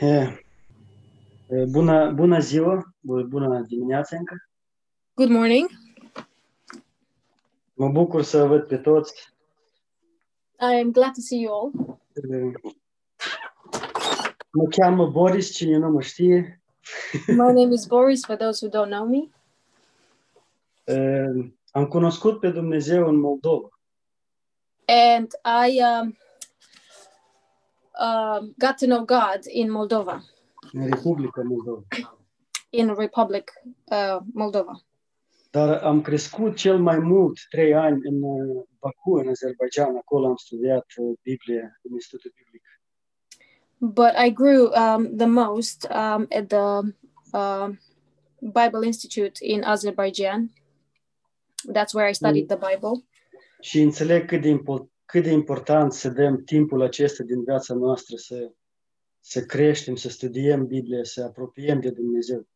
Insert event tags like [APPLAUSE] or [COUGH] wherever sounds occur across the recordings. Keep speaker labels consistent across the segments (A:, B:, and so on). A: E, Bună, bună ziua, bu- bună dimineața încă.
B: Good morning.
A: Mă bucur să văd pe toți.
B: I am glad to see you all.
A: E, Mă cheamă Boris, cine nu mă știe.
B: My name is Boris, for those who don't know me.
A: E, Am cunoscut pe Dumnezeu în Moldova.
B: And I um, um, got to know God in Moldova,
A: în Republica Moldova.
B: in Republic uh, Moldova.
A: Dar am crescut cel mai mult trei ani în uh, Baku, în Azerbaijan. Acolo am studiat uh, Biblie în Institutul Biblic.
B: But I grew um, the most um, at the uh, Bible Institute in Azerbaijan. That's where I studied the Bible.
A: Și înțeleg cât de, impo- cât de important să dăm timpul acesta din viața noastră să, să creștem, să studiem Biblia, să apropiem de Dumnezeu.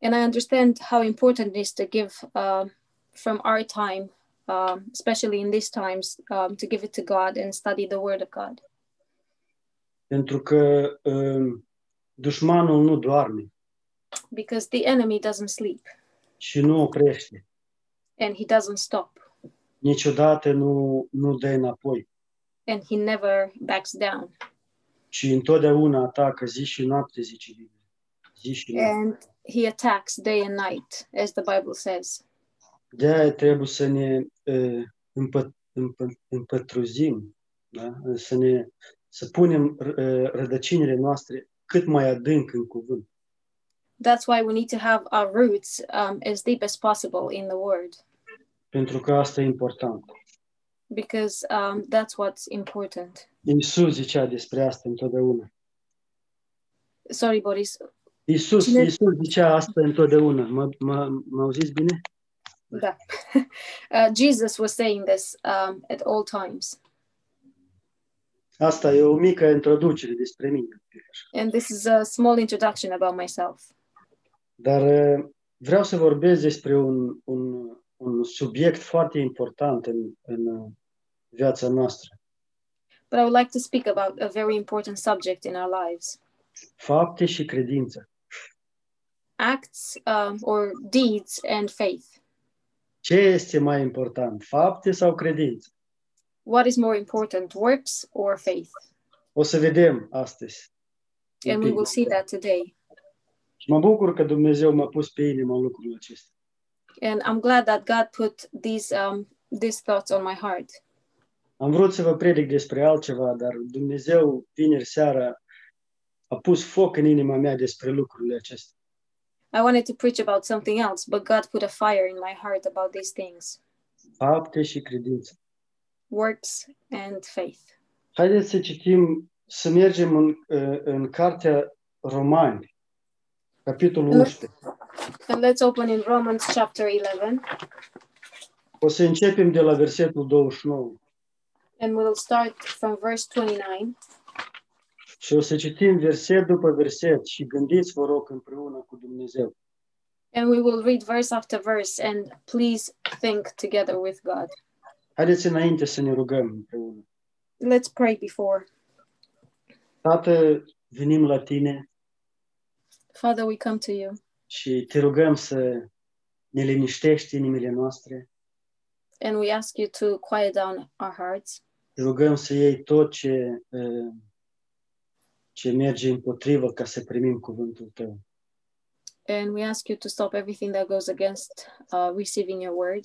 B: And I understand how important it is to give uh, from our time, um, especially in these times, um, to give it to God and study the Word of God.
A: Pentru că um, dușmanul nu doarme
B: because the enemy doesn't sleep
A: și nu oprește.
B: and he doesn't stop
A: Niciodată nu, nu dă înapoi,
B: and he never backs down
A: ci întotdeauna atacă zi și noapte, zice Biblia. Zi și noapte.
B: and he attacks day and night as the bible says
A: de trebuie să ne uh, împă, împă, împătruzim, da? să ne să punem uh, rădăcinile noastre cât mai adânc în cuvânt.
B: that's why we need to have our roots um, as deep as possible in the word
A: Pentru că asta e important.
B: because um, that's what's important
A: Iisus zicea despre asta întotdeauna.
B: sorry boris
A: Iisus,
B: Cine-
A: Iisus zicea asta întotdeauna. Mă, mă, mă auziți bine?
B: Da. [LAUGHS] uh, jesus was saying this um, at all times
A: Asta e o mică introducere despre mine.
B: and this is a small introduction about myself
A: Dar uh, vreau să vorbesc despre un, un, un subiect foarte important în, în uh, viața noastră.
B: but i would like to speak about a very important subject in our lives
A: Fapte și credință.
B: acts um, or deeds and faith.
A: Ce este mai important, fapte sau credință?
B: What is more important, works or faith?
A: O să vedem astăzi.
B: And we will see that today.
A: Și mă bucur că Dumnezeu m-a pus pe inimă lucrul acesta.
B: And I'm glad that God put these um, these thoughts on my heart.
A: Am vrut să vă predic despre altceva, dar Dumnezeu vineri seara a pus foc în inima mea despre lucrurile acestea.
B: I wanted to preach about something else, but God put a fire in my heart about these things,
A: Fapte și credință.
B: works and faith.
A: Haideți să citim, să mergem în, uh, în cartea Romani, capitolul 11.
B: And let's open in Romans chapter 11,
A: O să începem de la versetul 29
B: and we'll start from verse 29,
A: și o să citim verset după verset și gândiți, vă rog, împreună cu Dumnezeu.
B: and we will read verse after verse, and please think together with God.
A: Haideți înainte să ne rugăm împreună.
B: Let's pray before.
A: Tată, venim la tine
B: Father, we come to you.
A: și te rugăm să ne liniștești inimile noastre.
B: and we ask you to quiet down our hearts.
A: Te rugăm să iei tot ce, uh, ce merge împotrivă ca să primim cuvântul tău.
B: And we ask you to stop everything that goes against uh, receiving your word.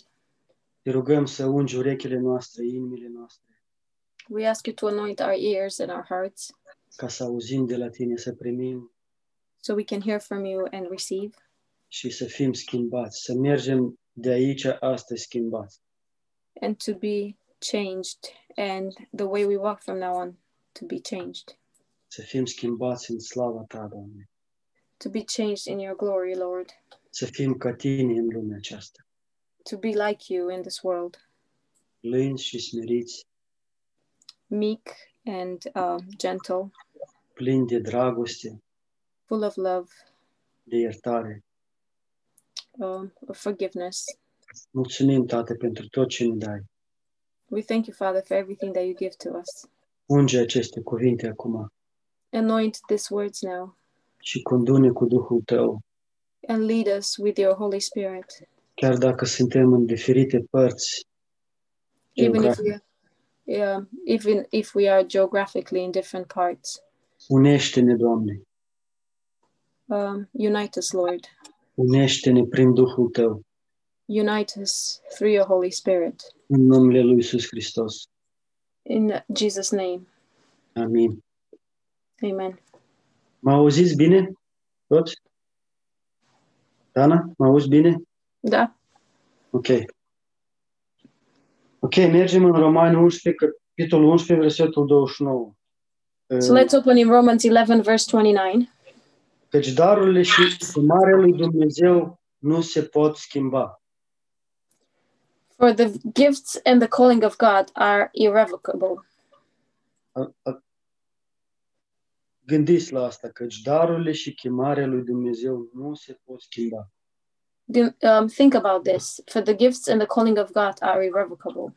A: Te rugăm să ungi urechile noastre, inimile noastre,
B: We ask you to anoint our ears and our hearts
A: ca să auzim de la tine, să primim
B: so we can hear from you and receive.
A: și să fim schimbați, să mergem de aici astăzi schimbați.
B: and to be changed, and the way we walk from now on to be changed,
A: Să fim schimbați în slava ta, Doamne.
B: to be changed in your glory, Lord,
A: Să fim ca tine în lumea aceasta.
B: to be like you in this world,
A: lânți și smeriți,
B: meek and uh, gentle,
A: plini de dragoste,
B: full of love,
A: de iertare.
B: um, of forgiveness.
A: Mulțumim, Tată, pentru tot ce ne dai.
B: We thank you, Father, for everything that you give to us.
A: Unge aceste cuvinte acum
B: Anoint these words now
A: și condune cu Duhul tău.
B: and lead us with your Holy Spirit.
A: Chiar dacă suntem în diferite părți,
B: Even if
A: Geografic.
B: we, yeah, even if we are geographically in different parts,
A: unește-ne, Doamne,
B: um, unite us, Lord.
A: unește-ne prin Duhul tău,
B: Unite us through your Holy Spirit.
A: în numele lui Iisus Hristos.
B: In Jesus' name,
A: Amin.
B: Amen.
A: Mă auziți bine? Toți? Dana, mă auzi bine?
B: Da.
A: Ok. Ok, mergem în Romani 11, capitolul 11, versetul 29. Ă,
B: So let's open in Romans 11, verse 29.
A: Căci darurile și chemarea lui Dumnezeu nu se pot schimba.
B: For the gifts and the calling of God are irrevocable.
A: A- a- Gândiți la asta, căci darurile și chemarea lui Dumnezeu nu se pot schimba.
B: Do- Um, think about this. For the gifts and the calling of God are irrevocable.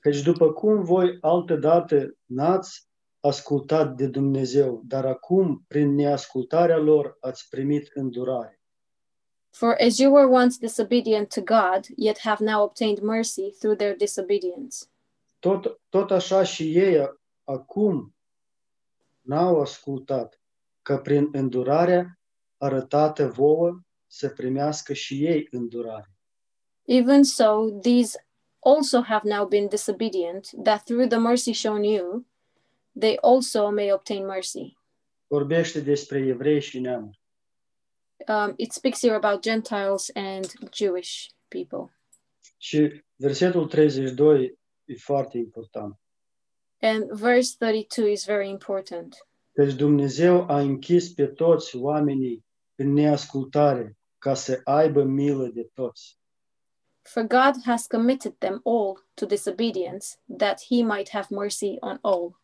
A: Căci după cum voi altădată n-ați ascultat de Dumnezeu, dar acum, prin neascultarea lor, ați primit îndurare.
B: For as you were once disobedient to God, yet have now obtained mercy through their disobedience.
A: tot, tot așa și ei acum n-au ascultat că prin îndurarea arătată vouă să primească și ei îndurare.
B: Even so, these also have now been disobedient, that through the mercy shown you, they also may obtain mercy.
A: Vorbește despre evrei și neamuri.
B: Um, it speaks here about Gentiles and Jewish people.
A: Și versetul 32 e foarte important.
B: And verse 32 is very important.
A: Deci Dumnezeu a închis pe toți oamenii în neascultare ca să aibă milă de toți.
B: For God has committed them all to disobedience, that he might have mercy on all.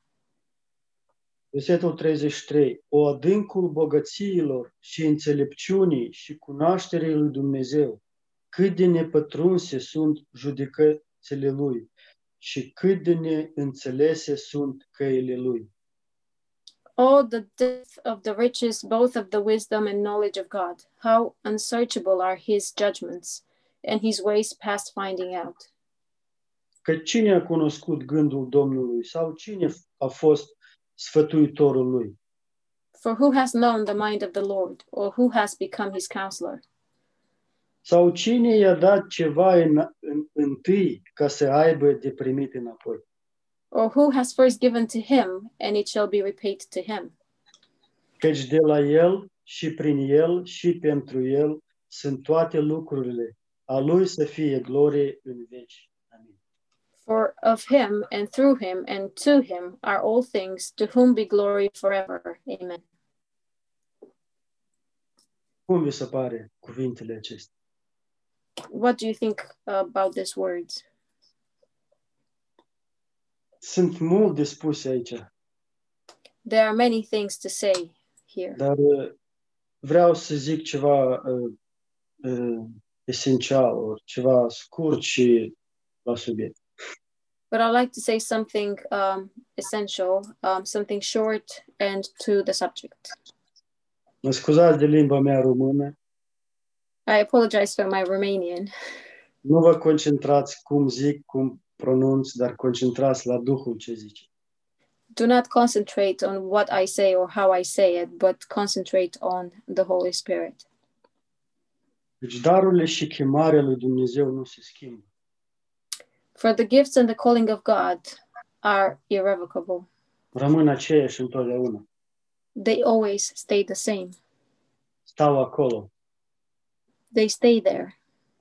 A: Versetul 33. O adâncul bogățiilor și înțelepciunii și cunoașterii lui Dumnezeu, cât de nepătrunse sunt judecățile lui și cât de neînțelese sunt căile lui.
B: Oh, the depth of the riches, both of the wisdom and knowledge of God. How unsearchable are his judgments, and his ways past finding out.
A: Că cine a cunoscut gândul Domnului sau cine a fost sfătuitorul lui?
B: For who has known the mind of the Lord, or who has become his counselor?
A: Sau cine i-a dat ceva în, în, întâi ca să aibă de primit înapoi?
B: Or who has first given to him, and it shall be repaid to him?
A: căci de la El și prin El și pentru El sunt toate lucrurile. A Lui să fie glorie în veci. Amin.
B: For of him, and through him, and to him are all things, to whom be glory forever. Amen.
A: Cum vi se pare cuvintele acestea?
B: What do you think about these words?
A: Sunt mult de spuse aici,
B: There are many things to say here,
A: dar uh, vreau să zic ceva uh, uh, esențial, or ceva scurt și la subiect.
B: but I'd like to say something um, essential, um, something short and to the subject.
A: Mă scuzați de limba mea română,
B: I apologize for my Romanian.
A: nu vă concentrați cum zic, cum pronunț, dar concentrați la Duhul ce zice.
B: Do not concentrate on what I say or how I say it, but concentrate on the Holy Spirit.
A: Deci darurile și chemarea lui Dumnezeu nu se schimbă.
B: For the gifts and the calling of God are irrevocable,
A: Rămân aceeași întotdeauna.
B: they always stay the same.
A: Stau acolo.
B: They stay there.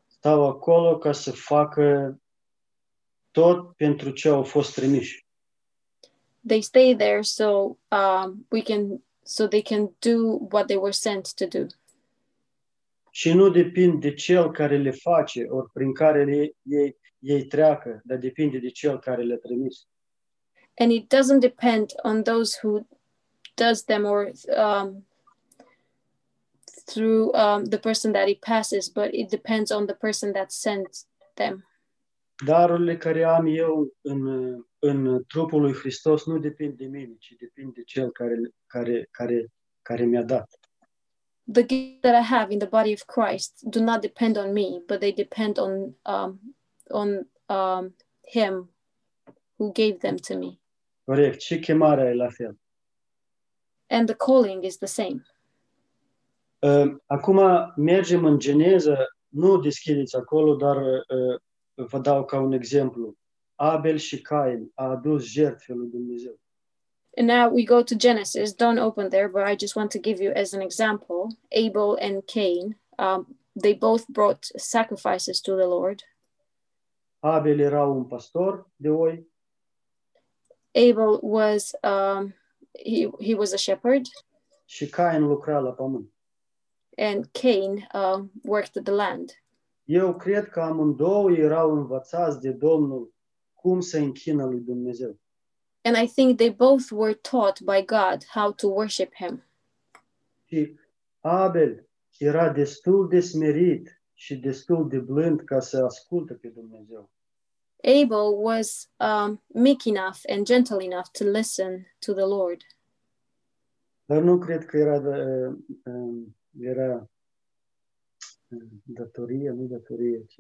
A: Stau acolo ca să facă tot pentru ce au fost trimiși.
B: They stay there so um, we can so they can do what they were sent to do.
A: Și nu depind de cel care le face, ori prin care le, ei, ei treacă, dar depinde de cel care le-a trimis.
B: and it doesn't depend on those who does them or um, through um, the person that it passes but it depends on the person that sent them
A: darurile care am eu în, în trupul lui Hristos nu depind de mine, ci depind de Cel care, care, care, care mi-a dat.
B: The gifts that I have in the body of Christ do not depend on me, but they depend on um, on um, Him who gave them to me.
A: Corect. Și chemarea e la fel.
B: And the calling is the same.
A: Uh, Acum mergem în Geneza, nu deschideți acolo, dar uh, vă dau ca un exemplu. Abel și Cain a adus jertfe lui Dumnezeu.
B: And now we go to Genesis. Don't open there, but I just want to give you as an example Abel and Cain. Um, they both brought sacrifices to the Lord.
A: Abel era un pastor de oi,
B: Abel was um, he he was a shepherd,
A: și Cain lucra la pământ.
B: and Cain uh, worked the land.
A: Eu cred că amândouă erau învățați de Domnul cum să închină lui Dumnezeu.
B: And I think they both were taught by God how to worship Him.
A: Și Abel era destul de smerit și destul de blând ca să asculte pe Dumnezeu.
B: Abel was um, meek enough and gentle enough to listen to the Lord,
A: Dar nu cred că era, uh, uh, era uh, datorie, nu datorie, ci...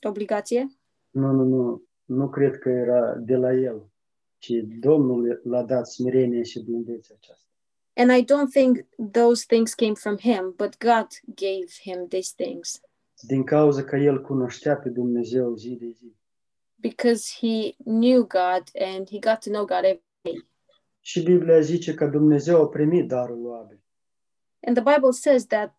B: obligație.
A: Nu, nu, nu. Nu cred că era de la el, ci Domnul l-a dat smerenie și blândețe aceasta.
B: And I don't think those things came from him, but God gave him these things
A: Din cauza că el cunoștea pe Dumnezeu zi de zi.
B: because he knew God and he got to know God. every-
A: Și Biblia zice că Dumnezeu a primit darul lui Abel.
B: And the Bible says that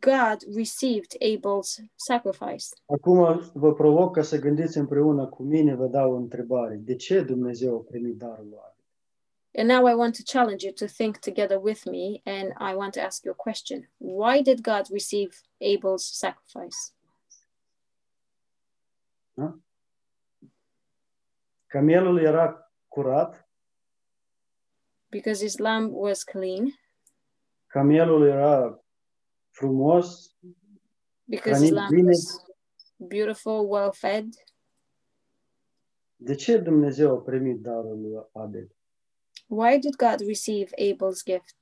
B: God received Abel's sacrifice.
A: Acum vă provoc ca să gândiți împreună cu mine, vă dau o întrebare. De ce Dumnezeu a primit darul lui Abel?
B: And now I want to challenge you to think together with me and I want to ask you a question. Why did God receive Abel's sacrifice?
A: Camelul era curat,
B: Because his lamb was clean,
A: camelul era frumos,
B: because his
A: Hrănit
B: lamb
A: bine.
B: was beautiful, well fed.
A: De ce Dumnezeu a primit darul lui Abel?
B: Why did God receive Abel's gift?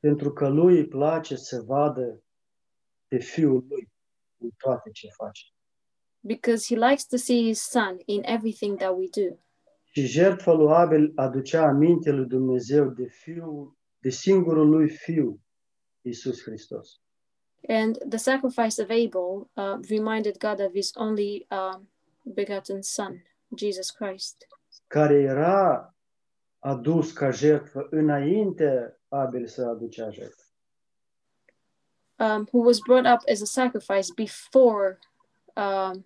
A: Pentru că lui îi place să vadă pe fiul lui în toate ce face.
B: Because he likes to see his son in everything that we do.
A: Și jertfa lui Abel aducea aminte lui Dumnezeu de fiul, de singurul lui fiu, Isus Hristos.
B: And the sacrifice of Abel uh, reminded God of his only uh, begotten son, Jesus Christ,
A: care era adus ca jertfă înainte Abel să aducea jertfă.
B: um, who was brought up as a sacrifice before, um,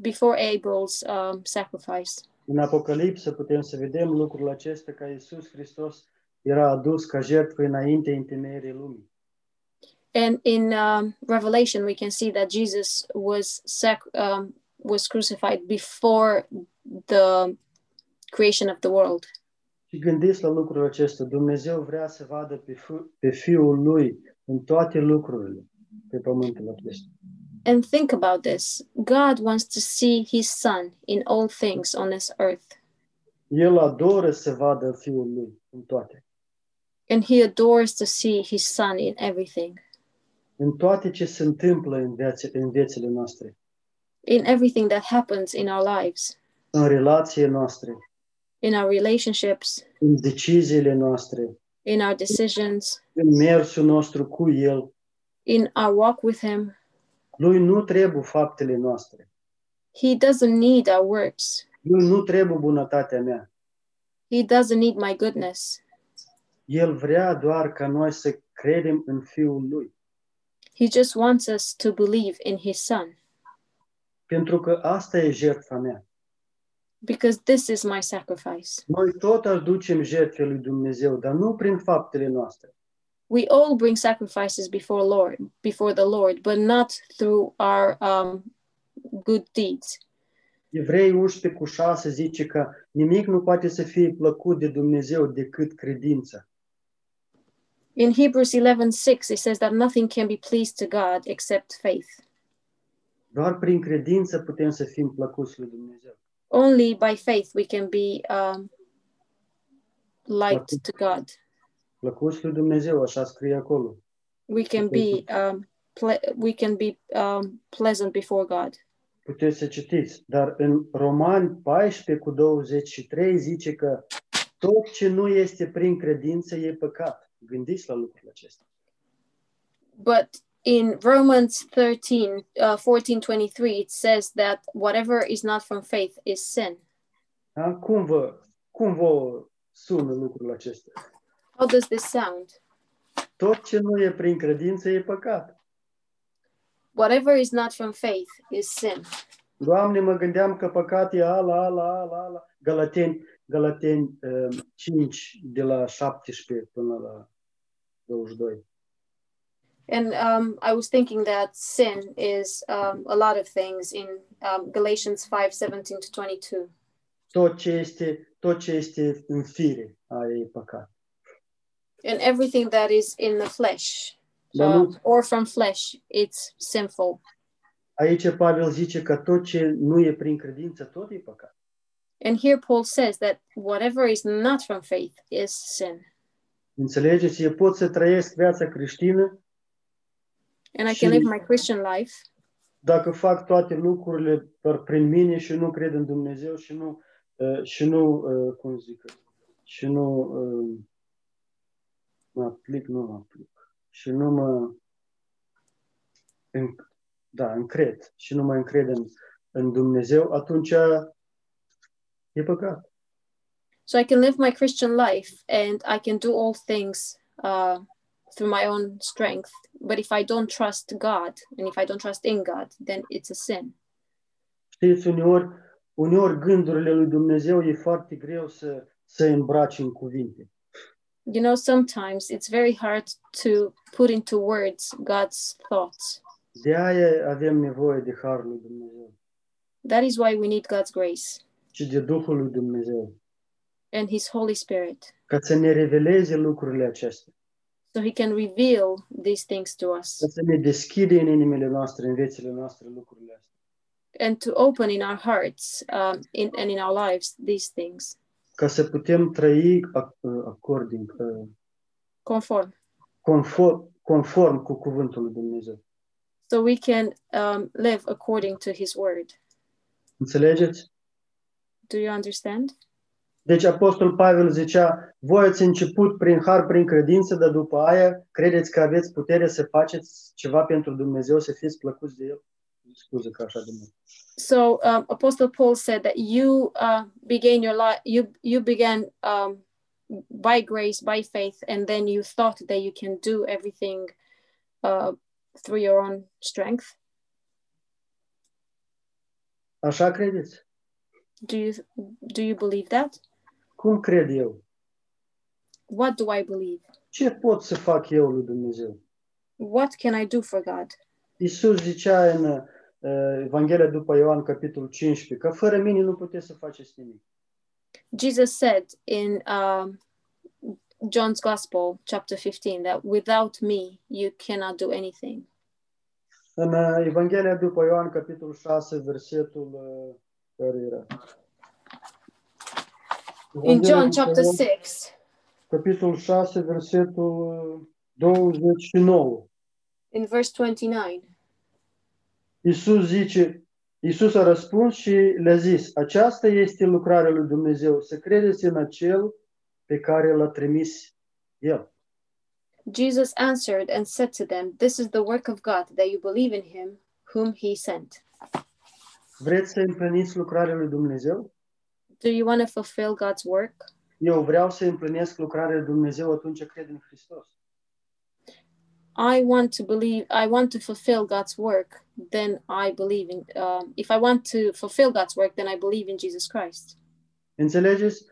B: before Abel's um, sacrifice.
A: În Apocalipsă putem să vedem lucrul acesta că Isus Hristos era adus ca jertfă înainte întemeierii lumii.
B: And in um, Revelation, we can see that Jesus was sac- um, was crucified before the creation of the world.
A: Și gândiți la lucrul acesta, Dumnezeu vrea să vadă pe, fi, pe Fiul Lui în toate lucrurile pe pământul acesta.
B: And think about this God wants to see his son in all things on this earth,
A: El adoră să vadă Fiul Lui în toate.
B: and he adores to see his son in everything,
A: În toate ce se întâmplă în, viațe, în viețile noastre,
B: in everything that happens in our lives,
A: în relațiile noastre,
B: in our relationships,
A: în deciziile noastre,
B: in our decisions,
A: în mersul nostru cu El.
B: in our walk with him.
A: Lui nu trebuie faptele noastre.
B: He doesn't need our works,
A: Lui nu trebuie bunătatea mea.
B: he doesn't need my goodness.
A: El vrea doar ca noi să credem în Fiul Lui.
B: He just wants us to believe in his son
A: Pentru că asta e jertfa mea.
B: because this is my sacrifice.
A: Noi tot aducem jertfe lui Dumnezeu, dar nu prin faptele noastre,
B: We all bring sacrifices before Lord, before the Lord, but not through our um, good deeds.
A: Evrei 11 cu 6 zice că nimic nu poate să fie plăcut de Dumnezeu decât credința.
B: In Hebrews 11:6 it says that nothing can be pleased to God except faith.
A: Doar prin credință putem să fim plăcuți lui Dumnezeu.
B: Only by faith we can be um, liked to God.
A: Plăcuți lui Dumnezeu, așa scrie acolo.
B: We can be um, ple- we can be um, pleasant before God.
A: Puteți să citiți, dar în Romani 14 cu 23 zice că tot ce nu este prin credință e păcat. Gândiți la lucrul acesta.
B: But in Romans 13, uh, 14, 23, it says that whatever is not from faith is sin.
A: Da? Cum vă, cum vă sună lucrul acesta?
B: How does this sound?
A: Tot ce nu e prin credință e păcat.
B: Whatever is not from faith is sin.
A: Doamne, mă gândeam că păcat e ala, ala, ala, ala. Galateni, Galateni eh, 5 de la 17 până la 22.
B: And um, I was thinking that sin is um, a lot of things in um, Galatians 5 17 to 22.
A: Tot ce este, tot ce este în fire, aia e păcat.
B: And everything that is in the flesh
A: Dar nu,
B: um, or from flesh, it's sinful.
A: aici Pavel zice că tot ce nu e prin credință, tot e păcat.
B: And here Paul says that whatever is not from faith is sin.
A: Înțelegeți? Eu pot să trăiesc viața creștină
B: And I can
A: Și-
B: live my Christian life
A: dacă fac toate lucrurile doar prin mine și nu cred în Dumnezeu și nu, uh, și nu uh, cum zic, și nu uh, mă aplic, nu mă aplic, și nu mă, în, da, încred, și nu mă încred în, în Dumnezeu, atunci e păcat.
B: so I can live my Christian life and I can do all things uh, through my own strength. But if I don't trust God and if I don't trust in God, then it's a sin.
A: Știți, uneori, uneori gândurile lui Dumnezeu e foarte greu să, să îmbraci în cuvinte.
B: You know, sometimes it's very hard to put into words God's thoughts.
A: De aia avem nevoie de harul lui Dumnezeu
B: That is why we need God's grace
A: și de Duhul lui Dumnezeu,
B: and His Holy Spirit
A: ca să ne reveleze lucrurile acestea,
B: so He can reveal these things to us
A: ca să ne deschide în inimile noastre, în viețile noastre lucrurile astea.
B: and to open in our hearts um, in, and in our lives these things.
A: Ca să putem trăi ac- according, uh,
B: Conform.
A: conform, conform cu cuvântul lui Dumnezeu.
B: so we can um, live according to his word.
A: Înțelegeți?
B: Do you understand?
A: Deci Apostol Pavel zicea, voi ați început prin har, prin credință, dar după aia credeți că aveți putere să faceți ceva pentru Dumnezeu, să fiți plăcuți de El? Scuze că așa de mult.
B: So um, Apostle Paul said that you uh, began your life, you you began um, by grace, by faith, and then you thought that you can do everything uh, through your own strength.
A: Așa credeți?
B: Do you do you believe that?
A: Cum cred eu?
B: What do I believe?
A: Ce pot să fac eu lui Dumnezeu?
B: What can I do for God?
A: Iisus zicea în uh, Evanghelia după Ioan, capitolul 15, că fără mine nu puteți să faceți nimic.
B: Jesus said in um, John's Gospel, chapter 15, that without me, you cannot do anything.
A: În uh, Evanghelia după Ioan, capitolul 6, versetul uh, care era?
B: In
A: Evanghelia
B: John
A: după
B: chapter
A: Ioan,
B: 6,
A: Capitolul 6, versetul uh, 29.
B: in verse 29,
A: Iisus zice, Iisus a răspuns și le-a zis, aceasta este lucrarea lui Dumnezeu, să credeți în acel pe care l-a trimis El.
B: Jesus answered and said to them, This is the work of God, that you believe in him whom he sent.
A: Vreți să împliniți lucrarea lui Dumnezeu?
B: Do you want to fulfill God's work?
A: Eu vreau să împlinesc lucrarea lui Dumnezeu atunci cred în Hristos.
B: I want to believe, I want to fulfill God's work, then I believe in, um, if I want to fulfill God's work, then I believe in Jesus Christ.
A: Înțelegeți?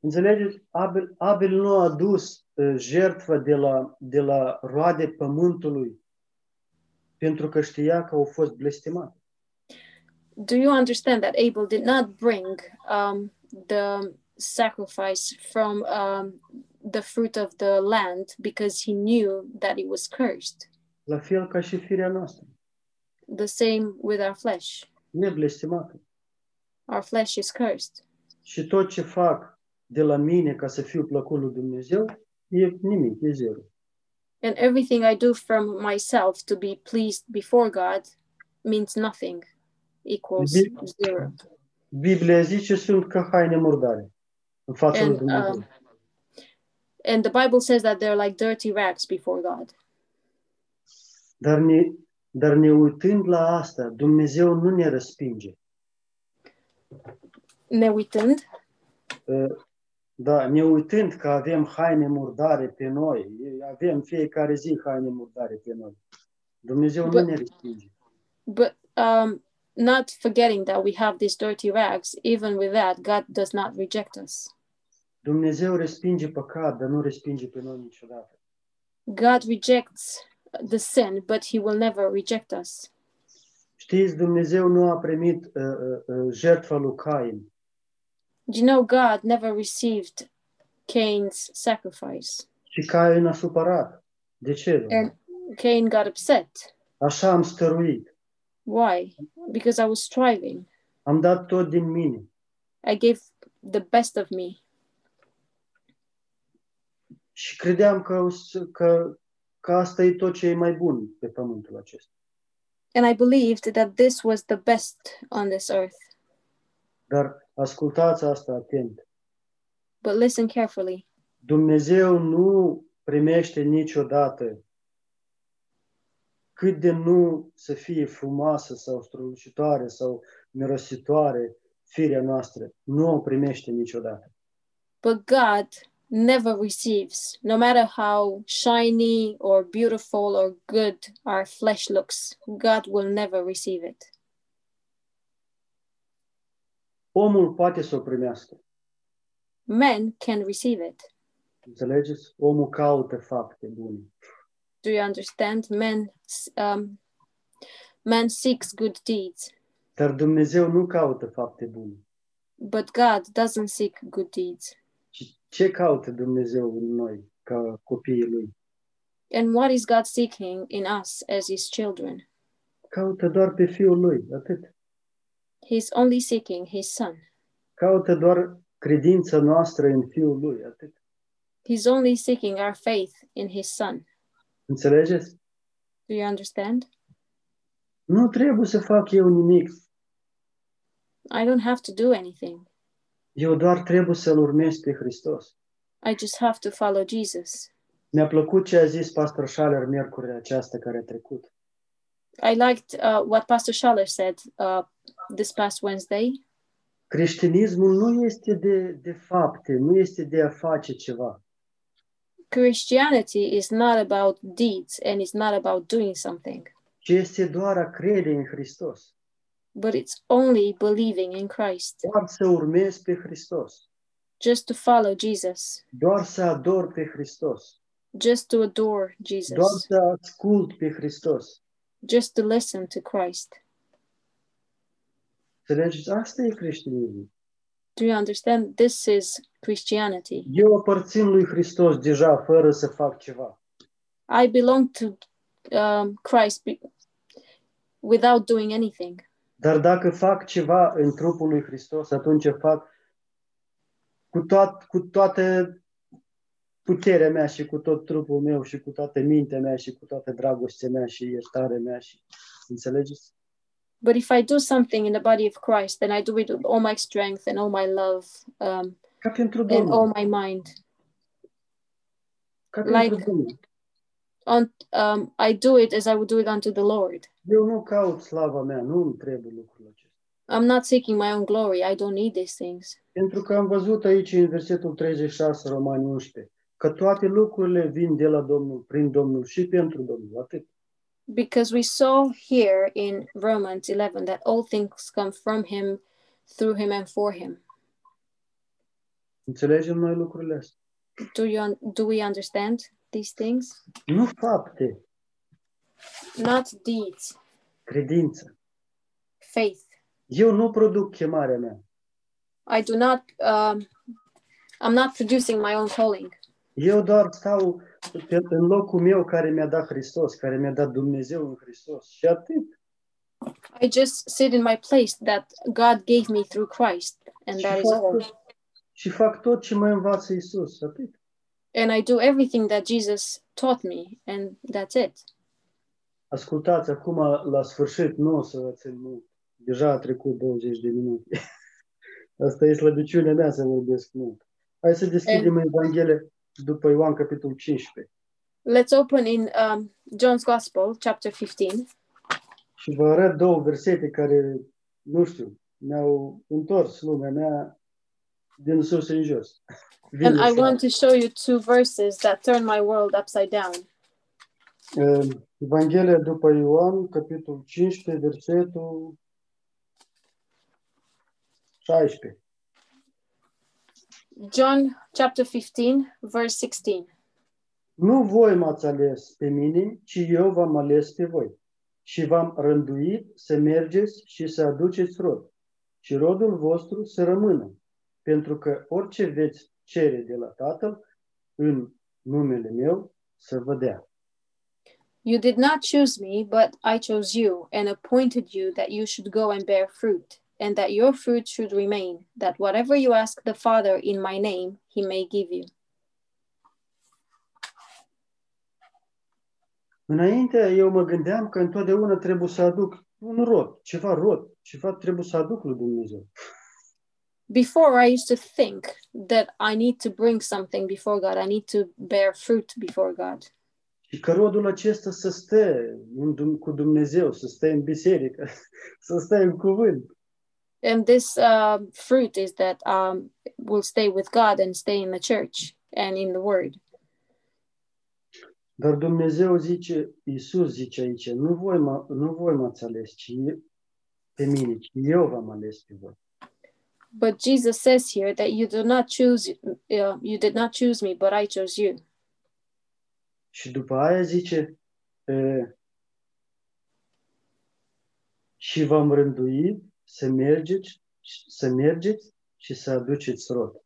A: Înțelegeți? Abel, Abel nu a adus uh, jertfă de la, de la roade pământului pentru că știa că au fost blestemate.
B: do you understand that Abel did not bring um, the sacrifice from um, the fruit of the land because he knew that it was cursed?
A: La fel ca și firea noastră.
B: the same with our flesh.
A: neblestemată.
B: Our flesh is cursed.
A: Și tot ce fac de la mine ca să fiu plăcut lui Dumnezeu e nimic, e zero.
B: And everything I do from myself to be pleased before God means nothing, equals
A: Mhm.
B: zero.
A: Biblia zice sunt ca haine murdare în fața lui
B: And,
A: Dumnezeu.
B: um, and the Bible says that they're like dirty rags before God.
A: Dar ne, dar ne uitând la asta, Dumnezeu nu ne răspinge.
B: Ne uitând,
A: Da, ne uitând că avem haine murdare pe noi, e- avem fiecare zi haine murdare pe noi. Dumnezeu
B: Bă-
A: nu ne respinge.
B: but um, not forgetting that we have these dirty rags, even with that, God does not reject us.
A: Dumnezeu respinge păcat, dar nu respinge pe noi niciodată.
B: God rejects the sin, but He will never reject us.
A: Știți, Dumnezeu nu a primit uh, uh, uh, jertfa lui Cain.
B: Do you know God never received Cain's sacrifice?
A: Și Cain a supărat. De ce?
B: And Cain got upset.
A: Așa am stăruit.
B: Why? Because I was striving.
A: Am dat tot din mine.
B: I gave the best of me.
A: Și credeam că, o să- că, că asta e tot ce e mai bun pe pământul acesta.
B: And I believed that this was the best on this earth.
A: Dar ascultați asta atent.
B: But listen carefully
A: Dumnezeu nu primește niciodată cât de nu să fie frumoasă sau strălucitoare sau mirositoare firea noastră. Nu o primește niciodată.
B: but God never receives, no matter how shiny or beautiful or good our flesh looks, God will never receive it.
A: Omul poate să o primească.
B: Men can receive it.
A: Înțelegeți? Omul caută fapte bune.
B: Do you understand? Men, um, man seeks good deeds,
A: Dar Dumnezeu nu caută fapte bune.
B: but God doesn't seek good deeds.
A: Și ce caută Dumnezeu în noi, ca copiii Lui?
B: And what is God seeking in us as His children?
A: Caută doar pe Fiul Lui, atât.
B: He's only seeking His Son.
A: Caută doar credința noastră în Fiul Lui, atât.
B: He's only seeking our faith in His Son.
A: Înțelegeți?
B: Do you understand?
A: Nu trebuie să fac eu nimic.
B: I don't have to do anything.
A: Eu doar trebuie să-L urmez pe Hristos.
B: I just have to follow Jesus.
A: Mi-a plăcut ce a zis pastor Schaller miercuri aceasta care a trecut.
B: I liked uh, what Pastor Schaller said uh, this past Wednesday.
A: Creștinismul nu este de, de fapte, nu este de a face ceva.
B: Christianity is not about deeds and it's not about doing something,
A: ci este doar a crede în Hristos.
B: but it's only believing in Christ,
A: Doar să urmez pe Hristos.
B: just to follow Jesus,
A: Doar să ador pe Hristos.
B: just to adore
A: Doar
B: Jesus,
A: să ascult pe Hristos.
B: just to listen to Christ.
A: Înțelegeți? Asta e creștinismul.
B: Do you understand? This is Christianity.
A: Eu aparțin lui Hristos deja fără să fac ceva.
B: I belong to um, Christ be- without doing anything.
A: Dar dacă fac ceva în trupul lui Hristos, atunci fac cu, toat, cu toată puterea mea și cu tot trupul meu și cu toată mintea mea și cu toată dragostea mea și iertarea mea și înțelegeți?
B: But if I do something in the body of Christ, then I do it with all my strength and all my love um,
A: Ca pentru
B: and all
A: Domnul.
B: my mind.
A: Ca
B: like-
A: pentru Domnul.
B: On, um, I do it as I would do it unto the Lord.
A: Eu nu caut slava mea, nu îmi trebuie lucrul acesta.
B: I'm not seeking my own glory. I don't need these things.
A: Pentru că am văzut aici în versetul 36, Romani 11, că toate lucrurile vin de la Domnul, prin Domnul și pentru Domnul, atât.
B: Because we saw here in Romans 11 that all things come from Him, through Him, and for Him.
A: Înțelegem noi lucrurile astea?
B: Do you un- do we understand these things?
A: Nu fapte,
B: Not deeds,
A: credință.
B: faith.
A: Eu nu produc chemarea mea.
B: I do not. Um, I'm not producing my own calling.
A: Eu doar stau pe, în locul meu care mi-a dat Hristos, care mi-a dat Dumnezeu în Hristos. Și atât.
B: I just sit in my place that God gave me through Christ, and
A: Și
B: that is all.
A: fac, și fac tot ce mă învață Isus, atât.
B: And I do everything that Jesus taught me, and that's it.
A: Ascultați, acum la sfârșit nu o să vă țin mult. Deja a trecut 20 de minute. [LAUGHS] Asta e slăbiciunea mea să vorbesc mult. Hai să deschidem Evanghelia după Ioan, capitolul 15.
B: Let's open in um, John's Gospel, chapter 15.
A: Și vă arăt două versete care, nu știu, mi-au întors lumea mea din sus în jos.
B: And I
A: Vineri seara.
B: want to show you two verses that turn my world upside down.
A: Uh, Evanghelia după Ioan, capitolul 15, versetul 16.
B: John chapter 15, verse 16.
A: Nu voi m-ați ales pe mine, ci eu v-am ales pe voi. Și v-am rânduit să mergeți și să aduceți rod. Și rodul vostru să rămână. Pentru că orice veți cere de la Tatăl, în numele meu, să vă dea.
B: You did not choose me, but I chose you and appointed you that you should go and bear fruit, and that your fruit should remain, that whatever you ask the Father in my name, he may give you.
A: Înainte eu mă gândeam că întotdeauna trebuie să aduc un rod, ceva rod, ceva trebuie să aduc lui Dumnezeu.
B: Before, I used to think that I need to bring something before God, I need to bear fruit before God.
A: Și că rodul acesta să stă în, Dum- cu Dumnezeu, să stă în biserică, [LAUGHS] să stă în cuvânt.
B: And this uh, fruit is that um, will stay with God and stay in the church and in the Word.
A: Dar Dumnezeu zice, Iisus zice aici, nu voi, mă, nu voi m-ați ales, ci e- pe mine, ci eu v-am ales pe voi.
B: But Jesus says here that you do not choose, uh, you did not choose me, but I chose you.
A: Și după aia zice, e, și v-am rânduit să mergeți, să mergeți și să aduceți rod.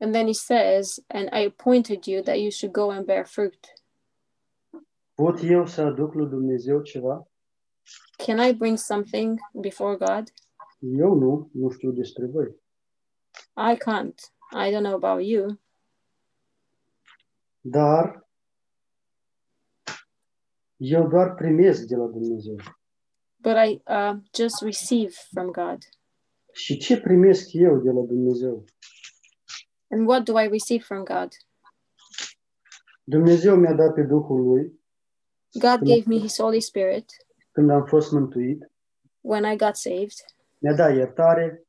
B: And then he says, And I appointed you that you should go and bear fruit.
A: Pot eu să aduc lui Dumnezeu ceva?
B: Can I bring something before God?
A: Eu nu, nu știu despre voi.
B: I can't. I don't know about you.
A: Dar eu doar primesc de la Dumnezeu.
B: But I uh, just receive from God.
A: Și ce primesc eu de la Dumnezeu?
B: And what do I receive from God?
A: Dumnezeu mi-a dat pe Duhul Lui
B: God gave me His Holy Spirit
A: când am fost mântuit,
B: when I got saved.
A: mi-a dat iertare,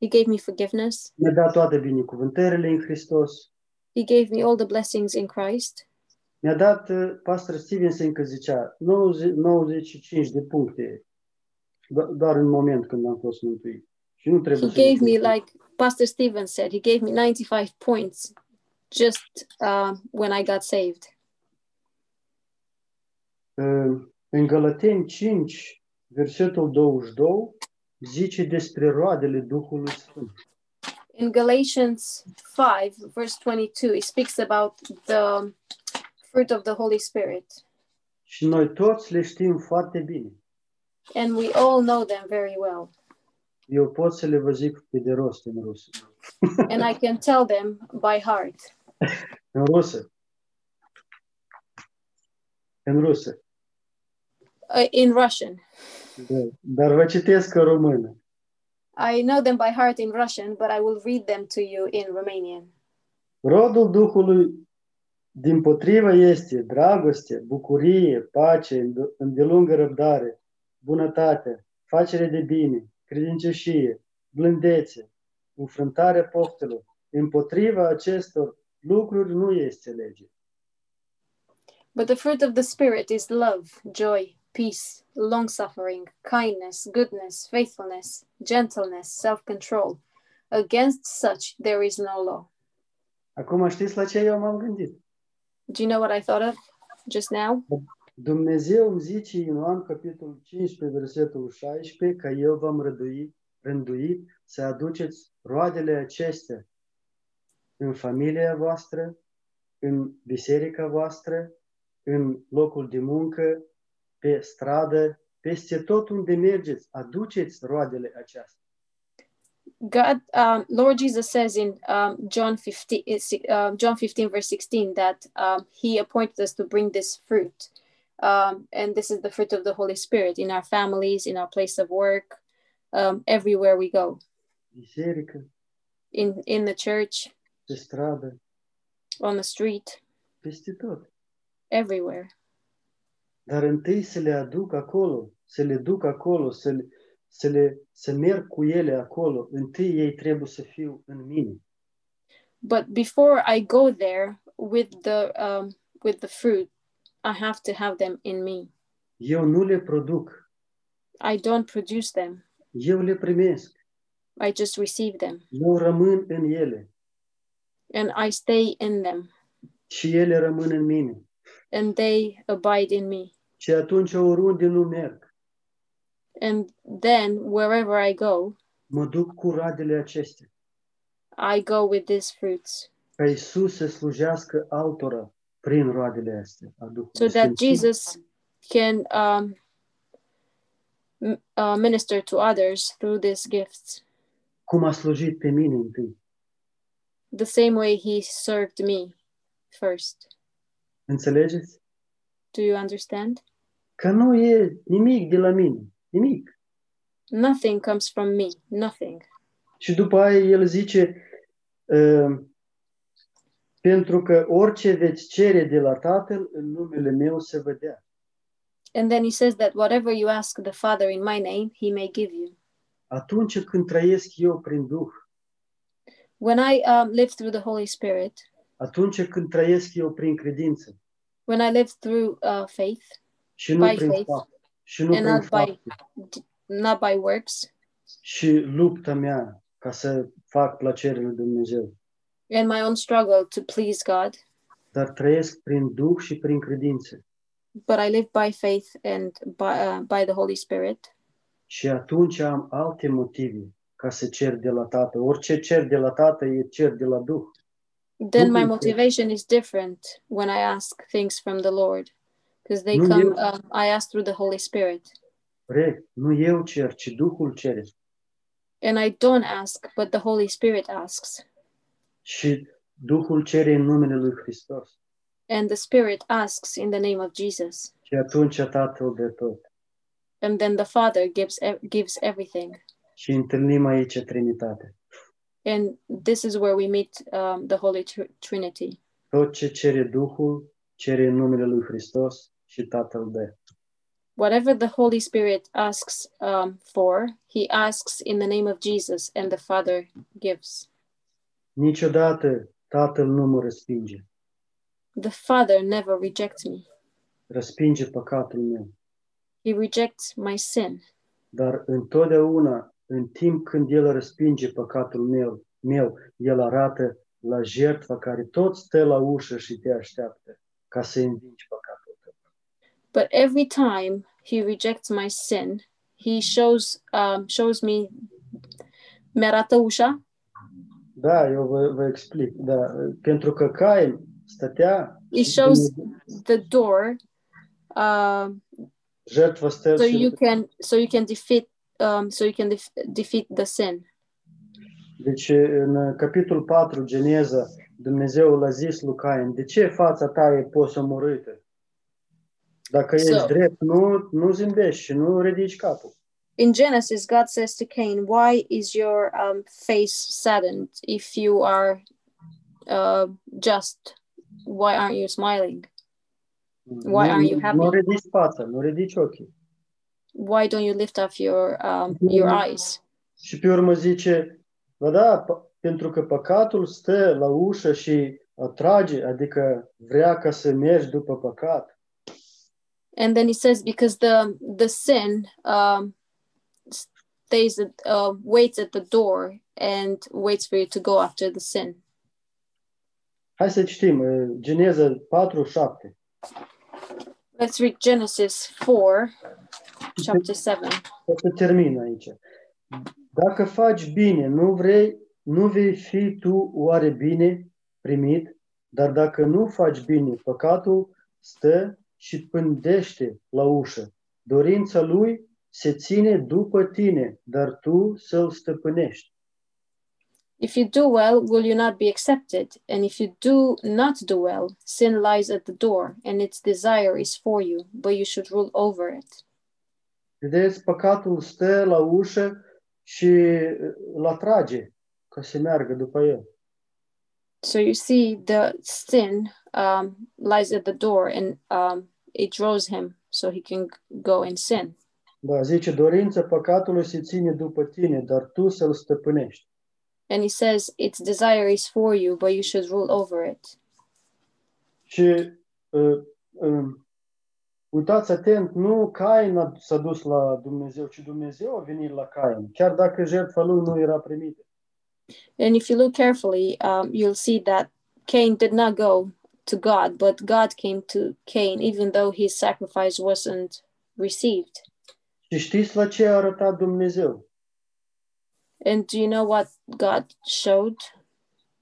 B: He gave me forgiveness.
A: mi-a dat toate binecuvântările în Hristos,
B: He gave me all the blessings in Christ.
A: mi-a dat, uh, pastor Stevenson că zicea, 90, 95 de puncte, do- doar în moment când am fost mântuit. Și nu trebuie
B: He
A: să mă
B: gave me,
A: plâng.
B: like Pastor Stephen said, he gave me 95 points just uh, when I got saved.
A: Uh, în Galateni 5, versetul 22, zice despre roadele Duhului Sfânt.
B: in Galatians 5, verse 22, it speaks about the fruit of the Holy Spirit.
A: Și noi toți le știm foarte bine.
B: And we all know them very well.
A: Eu pot să le vă zic pe de rost în rusă.
B: And I can tell them by heart
A: În rusă. În rusă.
B: uh, in Russian.
A: Da. Dar vă citesc în română.
B: I know them by heart in Russian, but I will read them to you in Romanian.
A: Rodul Duhului din potrivă este dragoste, bucurie, pace, îndu- îndelungă răbdare, bunătate, facere de bine, credincioșie, blândețe, înfruntarea poftelor. Împotriva acestor lucruri nu este lege.
B: But the fruit of the Spirit is love, joy, peace, long suffering, kindness, goodness, faithfulness, gentleness, self control. Against such there is no law.
A: Acum știți la ce eu m-am gândit?
B: Do you know what I thought of just now?
A: Dumnezeu îmi zice în Ioan capitolul 15, versetul 16, că eu v-am răduit, rânduit să aduceți roadele acestea în familia voastră, în biserica voastră, în locul de muncă, pe stradă, Peste tot unde mergeți, aduceți roadele acestea.
B: God, um, Lord Jesus says in um, John 15, is- uh, John 15, verse 16, that um, He appointed us to bring this fruit. Um, and this is the fruit of the Holy Spirit in our families, in our place of work, um, everywhere we go,
A: Biserică,
B: in, in the church,
A: pe stradă,
B: on the street,
A: peste tot.
B: everywhere.
A: Dar întâi să le aduc acolo, să le duc acolo, să, le, să, le, să merg cu ele acolo. Întâi ei trebuie să fiu în mine.
B: But before I go there with the, um, with the fruit, I have to have them in me.
A: Eu nu le produc,
B: I don't produce them,
A: eu le primesc.
B: I just receive them
A: Eu rămân în ele
B: and I stay in them.
A: și ele rămân în mine.
B: and they abide in me.
A: Și atunci oriunde nu merg,
B: And then wherever I go,
A: mă duc cu radele acestea.
B: I go with these fruits,
A: ca Isus să slujească altora prin roadele astea. a Duhului
B: so that
A: Sfânt.
B: Jesus can um, m- uh, minister to others through these gifts,
A: Cum a slujit pe mine întâi.
B: the same way He served me first.
A: Înțelegeți?
B: Do you understand?
A: Că nu e nimic de la mine. Nimic.
B: Nothing comes from me, nothing.
A: Și după aia el zice, uh, pentru că orice veți cere de la Tatăl, în numele meu se vă dea.
B: And then He says that whatever you ask the Father in my name, He may give you.
A: Atunci când trăiesc eu prin Duh,
B: When I um, live through the Holy Spirit,
A: atunci când trăiesc eu prin credință
B: when I live through uh, faith,
A: și nu
B: By
A: prin
B: faith
A: fapte, și nu
B: and
A: prin
B: not by-
A: fapte,
B: not by works,
A: și lupta mea ca să fac plăcerea lui Dumnezeu.
B: and my own struggle to please God,
A: dar trăiesc prin Duh și prin credință.
B: but I live by faith and by uh, by the Holy Spirit.
A: Și atunci am alte motive ca să cer de la Tată. Orice cer de la Tată e cer de la Duh.
B: Then my
A: Mhm.
B: motivation is different when I ask things from the Lord, because they
A: Mhm.
B: come. Uh, I ask through the Holy Spirit,
A: Re, nu eu cer, ci Duhul cere.
B: and I don't ask, but the Holy Spirit asks,
A: Și Duhul cere în numele Lui Hristos.
B: and the Spirit asks in the name of Jesus,
A: Și atunci Tatăl de tot.
B: and then the Father gives ev- gives everything.
A: Și întâlnim aici Trinitate.
B: And this is where we meet um, the Holy Tr- Trinity.
A: Tot ce cere Duhul, cere în numele Lui Hristos și Tatăl de.
B: whatever the Holy Spirit asks um, for, he asks in the name of Jesus, and the Father gives.
A: Niciodată Tatăl nu mă răspinge.
B: The Father never rejects me,
A: Răspinge păcatul meu.
B: he rejects my sin.
A: dar întotdeauna, în timp când El răspinge păcatul meu, meu, El arată la jertfa care tot stă la ușă și te așteaptă ca să învingi păcatul tău.
B: But every time he rejects my sin, he shows um, shows me mi arată ușa
A: Da, eu vă, vă explic. Da, pentru că Cain stătea,
B: It shows- the door, um,
A: jertfa stă
B: so
A: și
B: you can so you can defeat um, so you can def- defeat the sin.
A: Deci în capitolul 4, Geneza, Dumnezeu l-a zis lui Cain, de ce fața ta e posomorâtă? Dacă ești
B: So-
A: drept, nu, nu zâmbești și nu ridici capul.
B: in Genesis, God says to Cain, "Why is your um, face saddened? If you are uh, just, why aren't you smiling? Why
A: Nu-
B: are you
A: nu-
B: happy?
A: Nu ridici fața, nu ridici ochii.
B: Why don't you lift up your um, your
A: Mhm.
B: eyes?"
A: Și pe urmă zice, bă da, p- pentru că păcatul stă la ușă și atrage, adică vrea ca să mergi după păcat.
B: And then he says, "Because the the sin um, stays at, uh, waits at the door and waits for you to go after the sin."
A: Hai să citim, eh, Geneza 4, 7.
B: Let's read Genesis four, chapter seven.
A: O să termin aici. Dacă faci bine, nu vrei, nu vei fi tu oare bine primit, dar dacă nu faci bine, păcatul stă și pândește la ușă Dorința lui se ține după tine, dar tu să-l stăpânești.
B: If you do well, will you not be accepted? And if you do not do well, sin lies at the door, and its desire is for you, but you should rule over it.
A: Vedeți, păcatul stă la ușă și îl atrage ca să meargă după el.
B: So you see, the sin um, lies at the door, and um, it draws him so he can go and sin.
A: Da, zice, dorința păcatului se ține după tine, dar tu să-l stăpânești.
B: And he says, Its desire is for you, but you should rule over it.
A: Și uh, um, uitați atent, nu Cain a- s-a dus la Dumnezeu, ci Dumnezeu a venit la Cain, chiar dacă jertfa lui nu era primită.
B: And if you look carefully, um, you'll see that Cain did not go to God, but God came to Cain, even though his sacrifice wasn't received.
A: Și știți la ce a arătat Dumnezeu?
B: And do you know what God showed?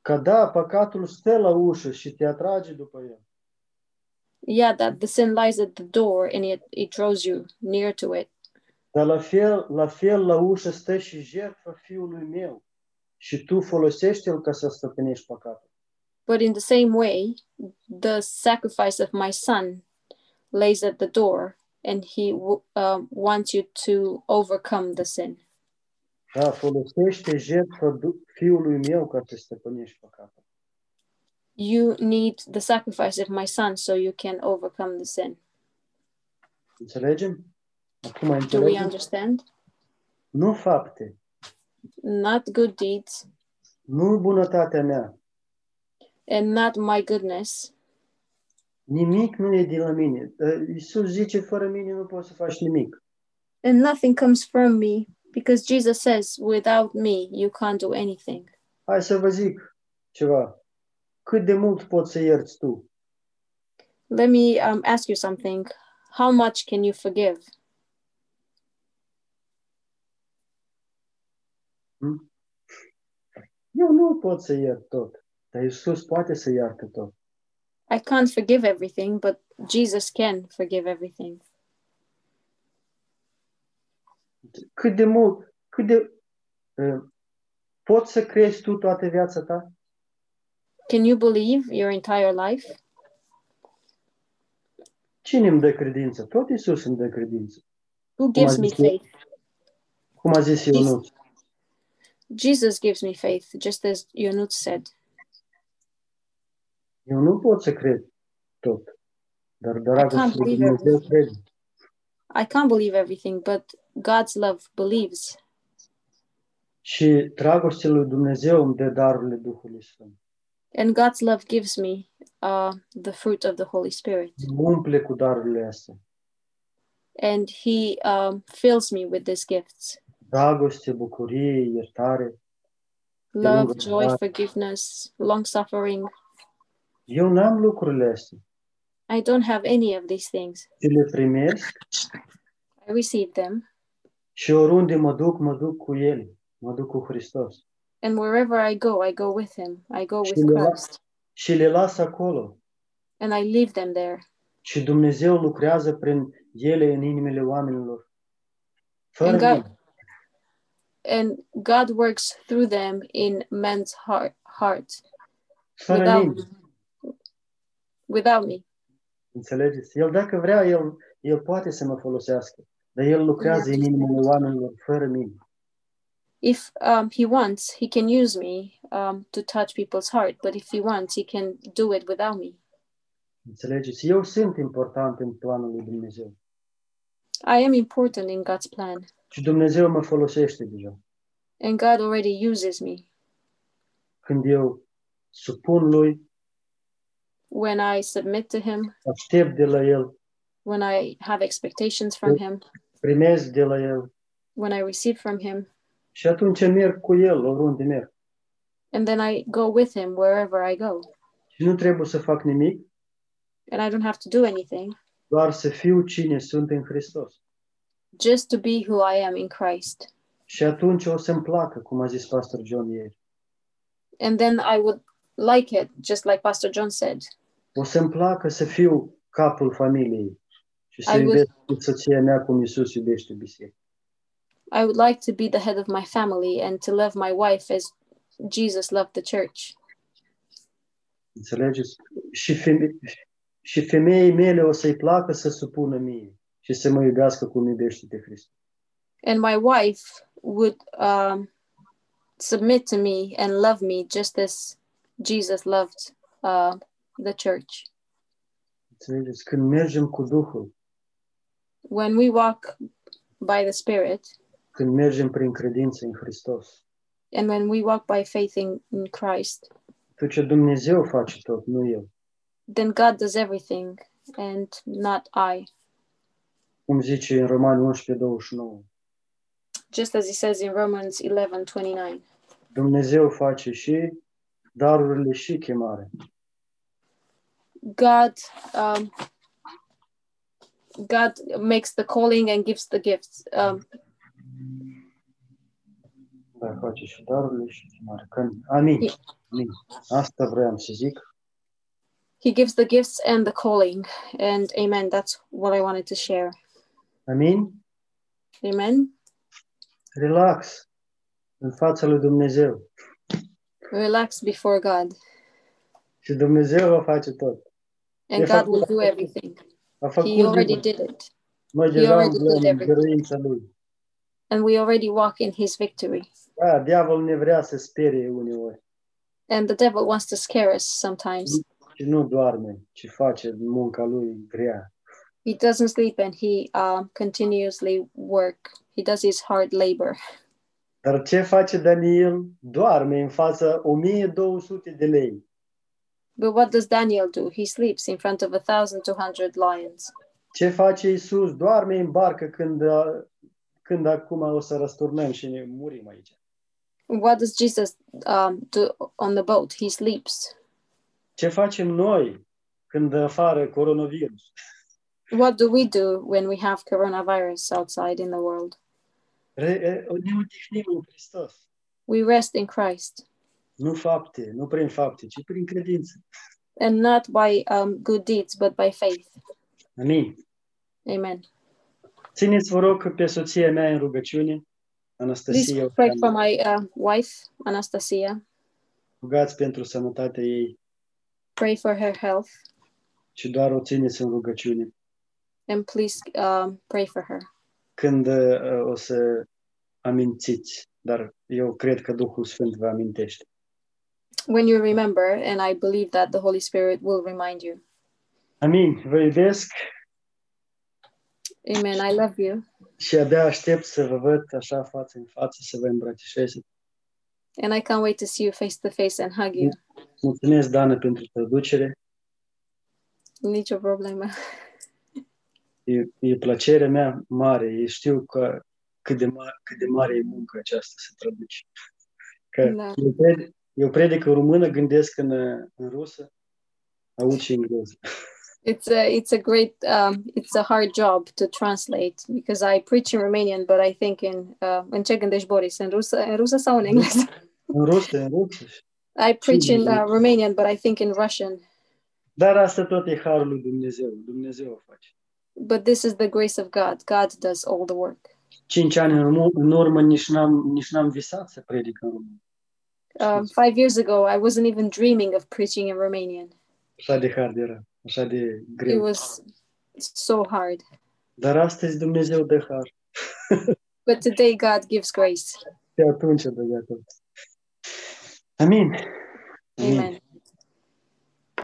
A: Că da, păcatul stă la ușă și te atrage după el.
B: Yeah, that the sin lies at the door and it, it draws you near to it.
A: Dar la fel, la fel la ușă stă și jertfa fiului meu. Și tu folosește-l ca să stăpânești păcatul.
B: But in the same way, the sacrifice of my son lays at the door and he w- um wants you to overcome the sin.
A: Da, folosește jertfa du- fiului meu ca să stăpânești păcatul.
B: You need the sacrifice of my son so you can overcome the sin.
A: Înțelegem? Acum
B: Do we
A: înțelegem?
B: understand?
A: Nu fapte,
B: Not good deeds
A: nu bunătatea mea,
B: and not my goodness.
A: nimic nu e din la mine. Ă, Iisus zice, fără mine nu poți să faci nimic.
B: And nothing comes from me because Jesus says, without me, you can't do anything.
A: Hai să vă zic ceva. Cât de mult poți să ierți tu?
B: Let me um, ask you something. How much can you forgive?
A: Eu nu pot să iert tot, dar Iisus poate să iartă tot.
B: I can't forgive everything, but Jesus can forgive everything.
A: cât de mult, cât de uh, poți să crezi tu toată viața ta?
B: Can you believe your entire life?
A: Cine îmi dă credință? Tot Isus îmi dă credință.
B: Who gives me
A: Imagine-
B: faith?
A: Cum a zis
B: Is-
A: Ionut,
B: Jesus gives me faith, just as Yonut said.
A: eu nu pot să cred tot, dar dragostea lui
B: believe it.
A: Dumnezeu cred.
B: I can't believe everything, but God's love believes.
A: Și dragostea lui Dumnezeu îmi dă darurile Duhului Sfânt.
B: And God's love gives me uh, the fruit of the Holy Spirit.
A: Mă umple cu darurile astea.
B: And He um, fills me with these gifts
A: Dragoste, bucurie, iertare.
B: love,
A: Lord
B: joy,
A: God.
B: forgiveness, long suffering.
A: Eu n-am lucrurile astea.
B: I don't have any of these things.
A: Și le primesc
B: I receive them.
A: și oriunde mă duc, mă duc cu ele. Mă duc cu Hristos.
B: And wherever I go, I go with Him. I go with
A: Similar.
B: Christ.
A: Și le las acolo.
B: And I leave them there.
A: Și Dumnezeu lucrează prin ele în inimile oamenilor. Fără
B: În gar-
A: mine.
B: And God works through them in man's heart, heart
A: Fără
B: without,
A: mine.
B: without me.
A: Înțelegeți? El dacă vrea, el, el poate să mă folosească. Dar el lucrează în inimile oamenilor fără mine.
B: if um, he wants, he can use me um, to touch people's heart. But if he wants, he can do it without me.
A: Înțelegeți? Eu sunt important în planul lui Dumnezeu.
B: I am important in God's plan,
A: Și Dumnezeu mă folosește deja.
B: and God already uses me
A: Când eu supun lui,
B: when I submit to Him,
A: aștept de la el,
B: when I have expectations from Him,
A: primesc de la el
B: when I receive from Him,
A: și atunci merg cu el oriunde merg.
B: and then I go with Him wherever I go.
A: Și nu trebuie să fac nimic,
B: And I don't have to do anything,
A: doar să fiu cine sunt în Hristos.
B: just to be who I am in Christ.
A: Și atunci o să-mi placă, cum a zis pastor John ieri.
B: And then I would like it, just like Pastor John said.
A: O să-mi placă să fiu capul familiei. și
B: I
A: să
B: would-
A: iubesc soția mea cum Iisus iubește biserica.
B: I would like to be the head of my family and to love my wife as Jesus loved the church.
A: Înțelegeți? Și, feme- și femeii mele o să-i placă să supună mie și să mă iubească cum iubește pe Hristos.
B: And my wife would um, submit to me and love me just as Jesus loved uh, the church.
A: Înțelegeți? Când mergem cu Duhul,
B: When we walk by the Spirit
A: când mergem prin credință în Hristos,
B: and when we walk by faith in, in Christ,
A: tu ce Dumnezeu face tot, nu eu.
B: then God does everything and not I.
A: Cum zice în Romani 11, 29.
B: Just as he says in Romans 11 29.
A: Dumnezeu face și darurile și chemare.
B: God um, God makes the calling and gives the gifts. Um,
A: Dar face și darurile și chemare. Când... Amin. Amin. Asta vreau să zic.
B: he gives the gifts and the calling. And amen. That's what I wanted to share.
A: Amin.
B: Amen.
A: Relax. În fața lui Dumnezeu.
B: Relax before God,
A: Și Dumnezeu va face tot.
B: and
A: Yes,
B: God
A: I-
B: will do everything.
A: A
B: He
A: făcut din...
B: already did it,
A: Noi
B: he
A: deja
B: already
A: umblăm
B: did
A: în
B: everything.
A: credința lui.
B: and we already walk in His victory.
A: Da, diavolul ne vrea să sperie uneori.
B: And the devil wants to scare us sometimes.
A: Și nu doarme, ci face munca lui grea.
B: He doesn't sleep, and he um, continuously work. He does his hard labor.
A: Dar ce face Daniel? Doarme în fața 1200 de lei.
B: But what does Daniel do? He sleeps in front of a thousand two hundred lions.
A: Ce face Isus? Doarme în barcă când, uh, când acum o să răsturnăm și ne murim aici.
B: What does Jesus um, do on the boat? He sleeps.
A: Ce facem noi când afară coronavirus?
B: What do we do when we have coronavirus outside in the world?
A: Re- ne odihnim în Hristos.
B: We rest in Christ
A: Nu fapte, nu prin fapte, ci prin credință.
B: and not by um, good deeds, but by faith.
A: Amin.
B: Amen.
A: Țineți, vă rog, pe soția mea în rugăciune,
B: Please
A: Anastasia,
B: pray for my uh, wife, Anastasia.
A: rugați pentru sănătatea ei
B: Pray for her health
A: și doar o țineți în rugăciune.
B: and please um, pray for her.
A: Când uh, o să amintiți, dar eu cred că Duhul Sfânt vă amintește.
B: When you remember, and I believe that the Holy Spirit will remind you.
A: Amin, vă iubesc
B: Amen. I love you.
A: și abia aștept să vă văd așa față în față, să vă îmbrățișez.
B: And I can't wait to see you face to face and hug you.
A: Mulțumesc, Dana, pentru traducere.
B: Nicio [LAUGHS] problemă.
A: E, e plăcerea mea mare. Eu știu că cât de, ma- cât de mare e munca aceasta să traduci. Că
B: Da.
A: eu, pred, eu predic în română, gândesc în, uh, în rusă, aud și engleză.
B: It's a it's a great um, it's a hard job to translate because I preach in Romanian, but I think in uh, în ce gândești Boris în rusă în rusă sau în engleză?
A: În rusă, în rusă.
B: [LAUGHS] I preach in uh, Romanian, but I think in Russian.
A: Dar asta tot e harul lui Dumnezeu. Dumnezeu o face.
B: But this is the grace of God. God does all the work.
A: Cinci ani în urmă, în urmă nici, n-am, nici n-am visat să predic în română.
B: Um, five years ago, I wasn't even dreaming of preaching in Romanian.
A: Așa de hard era, așa de
B: It
A: greu.
B: was so hard.
A: Dar astăzi Dumnezeu dă har.
B: But today, God gives grace.
A: Pe atunci dă tot. Amin.
B: Amen.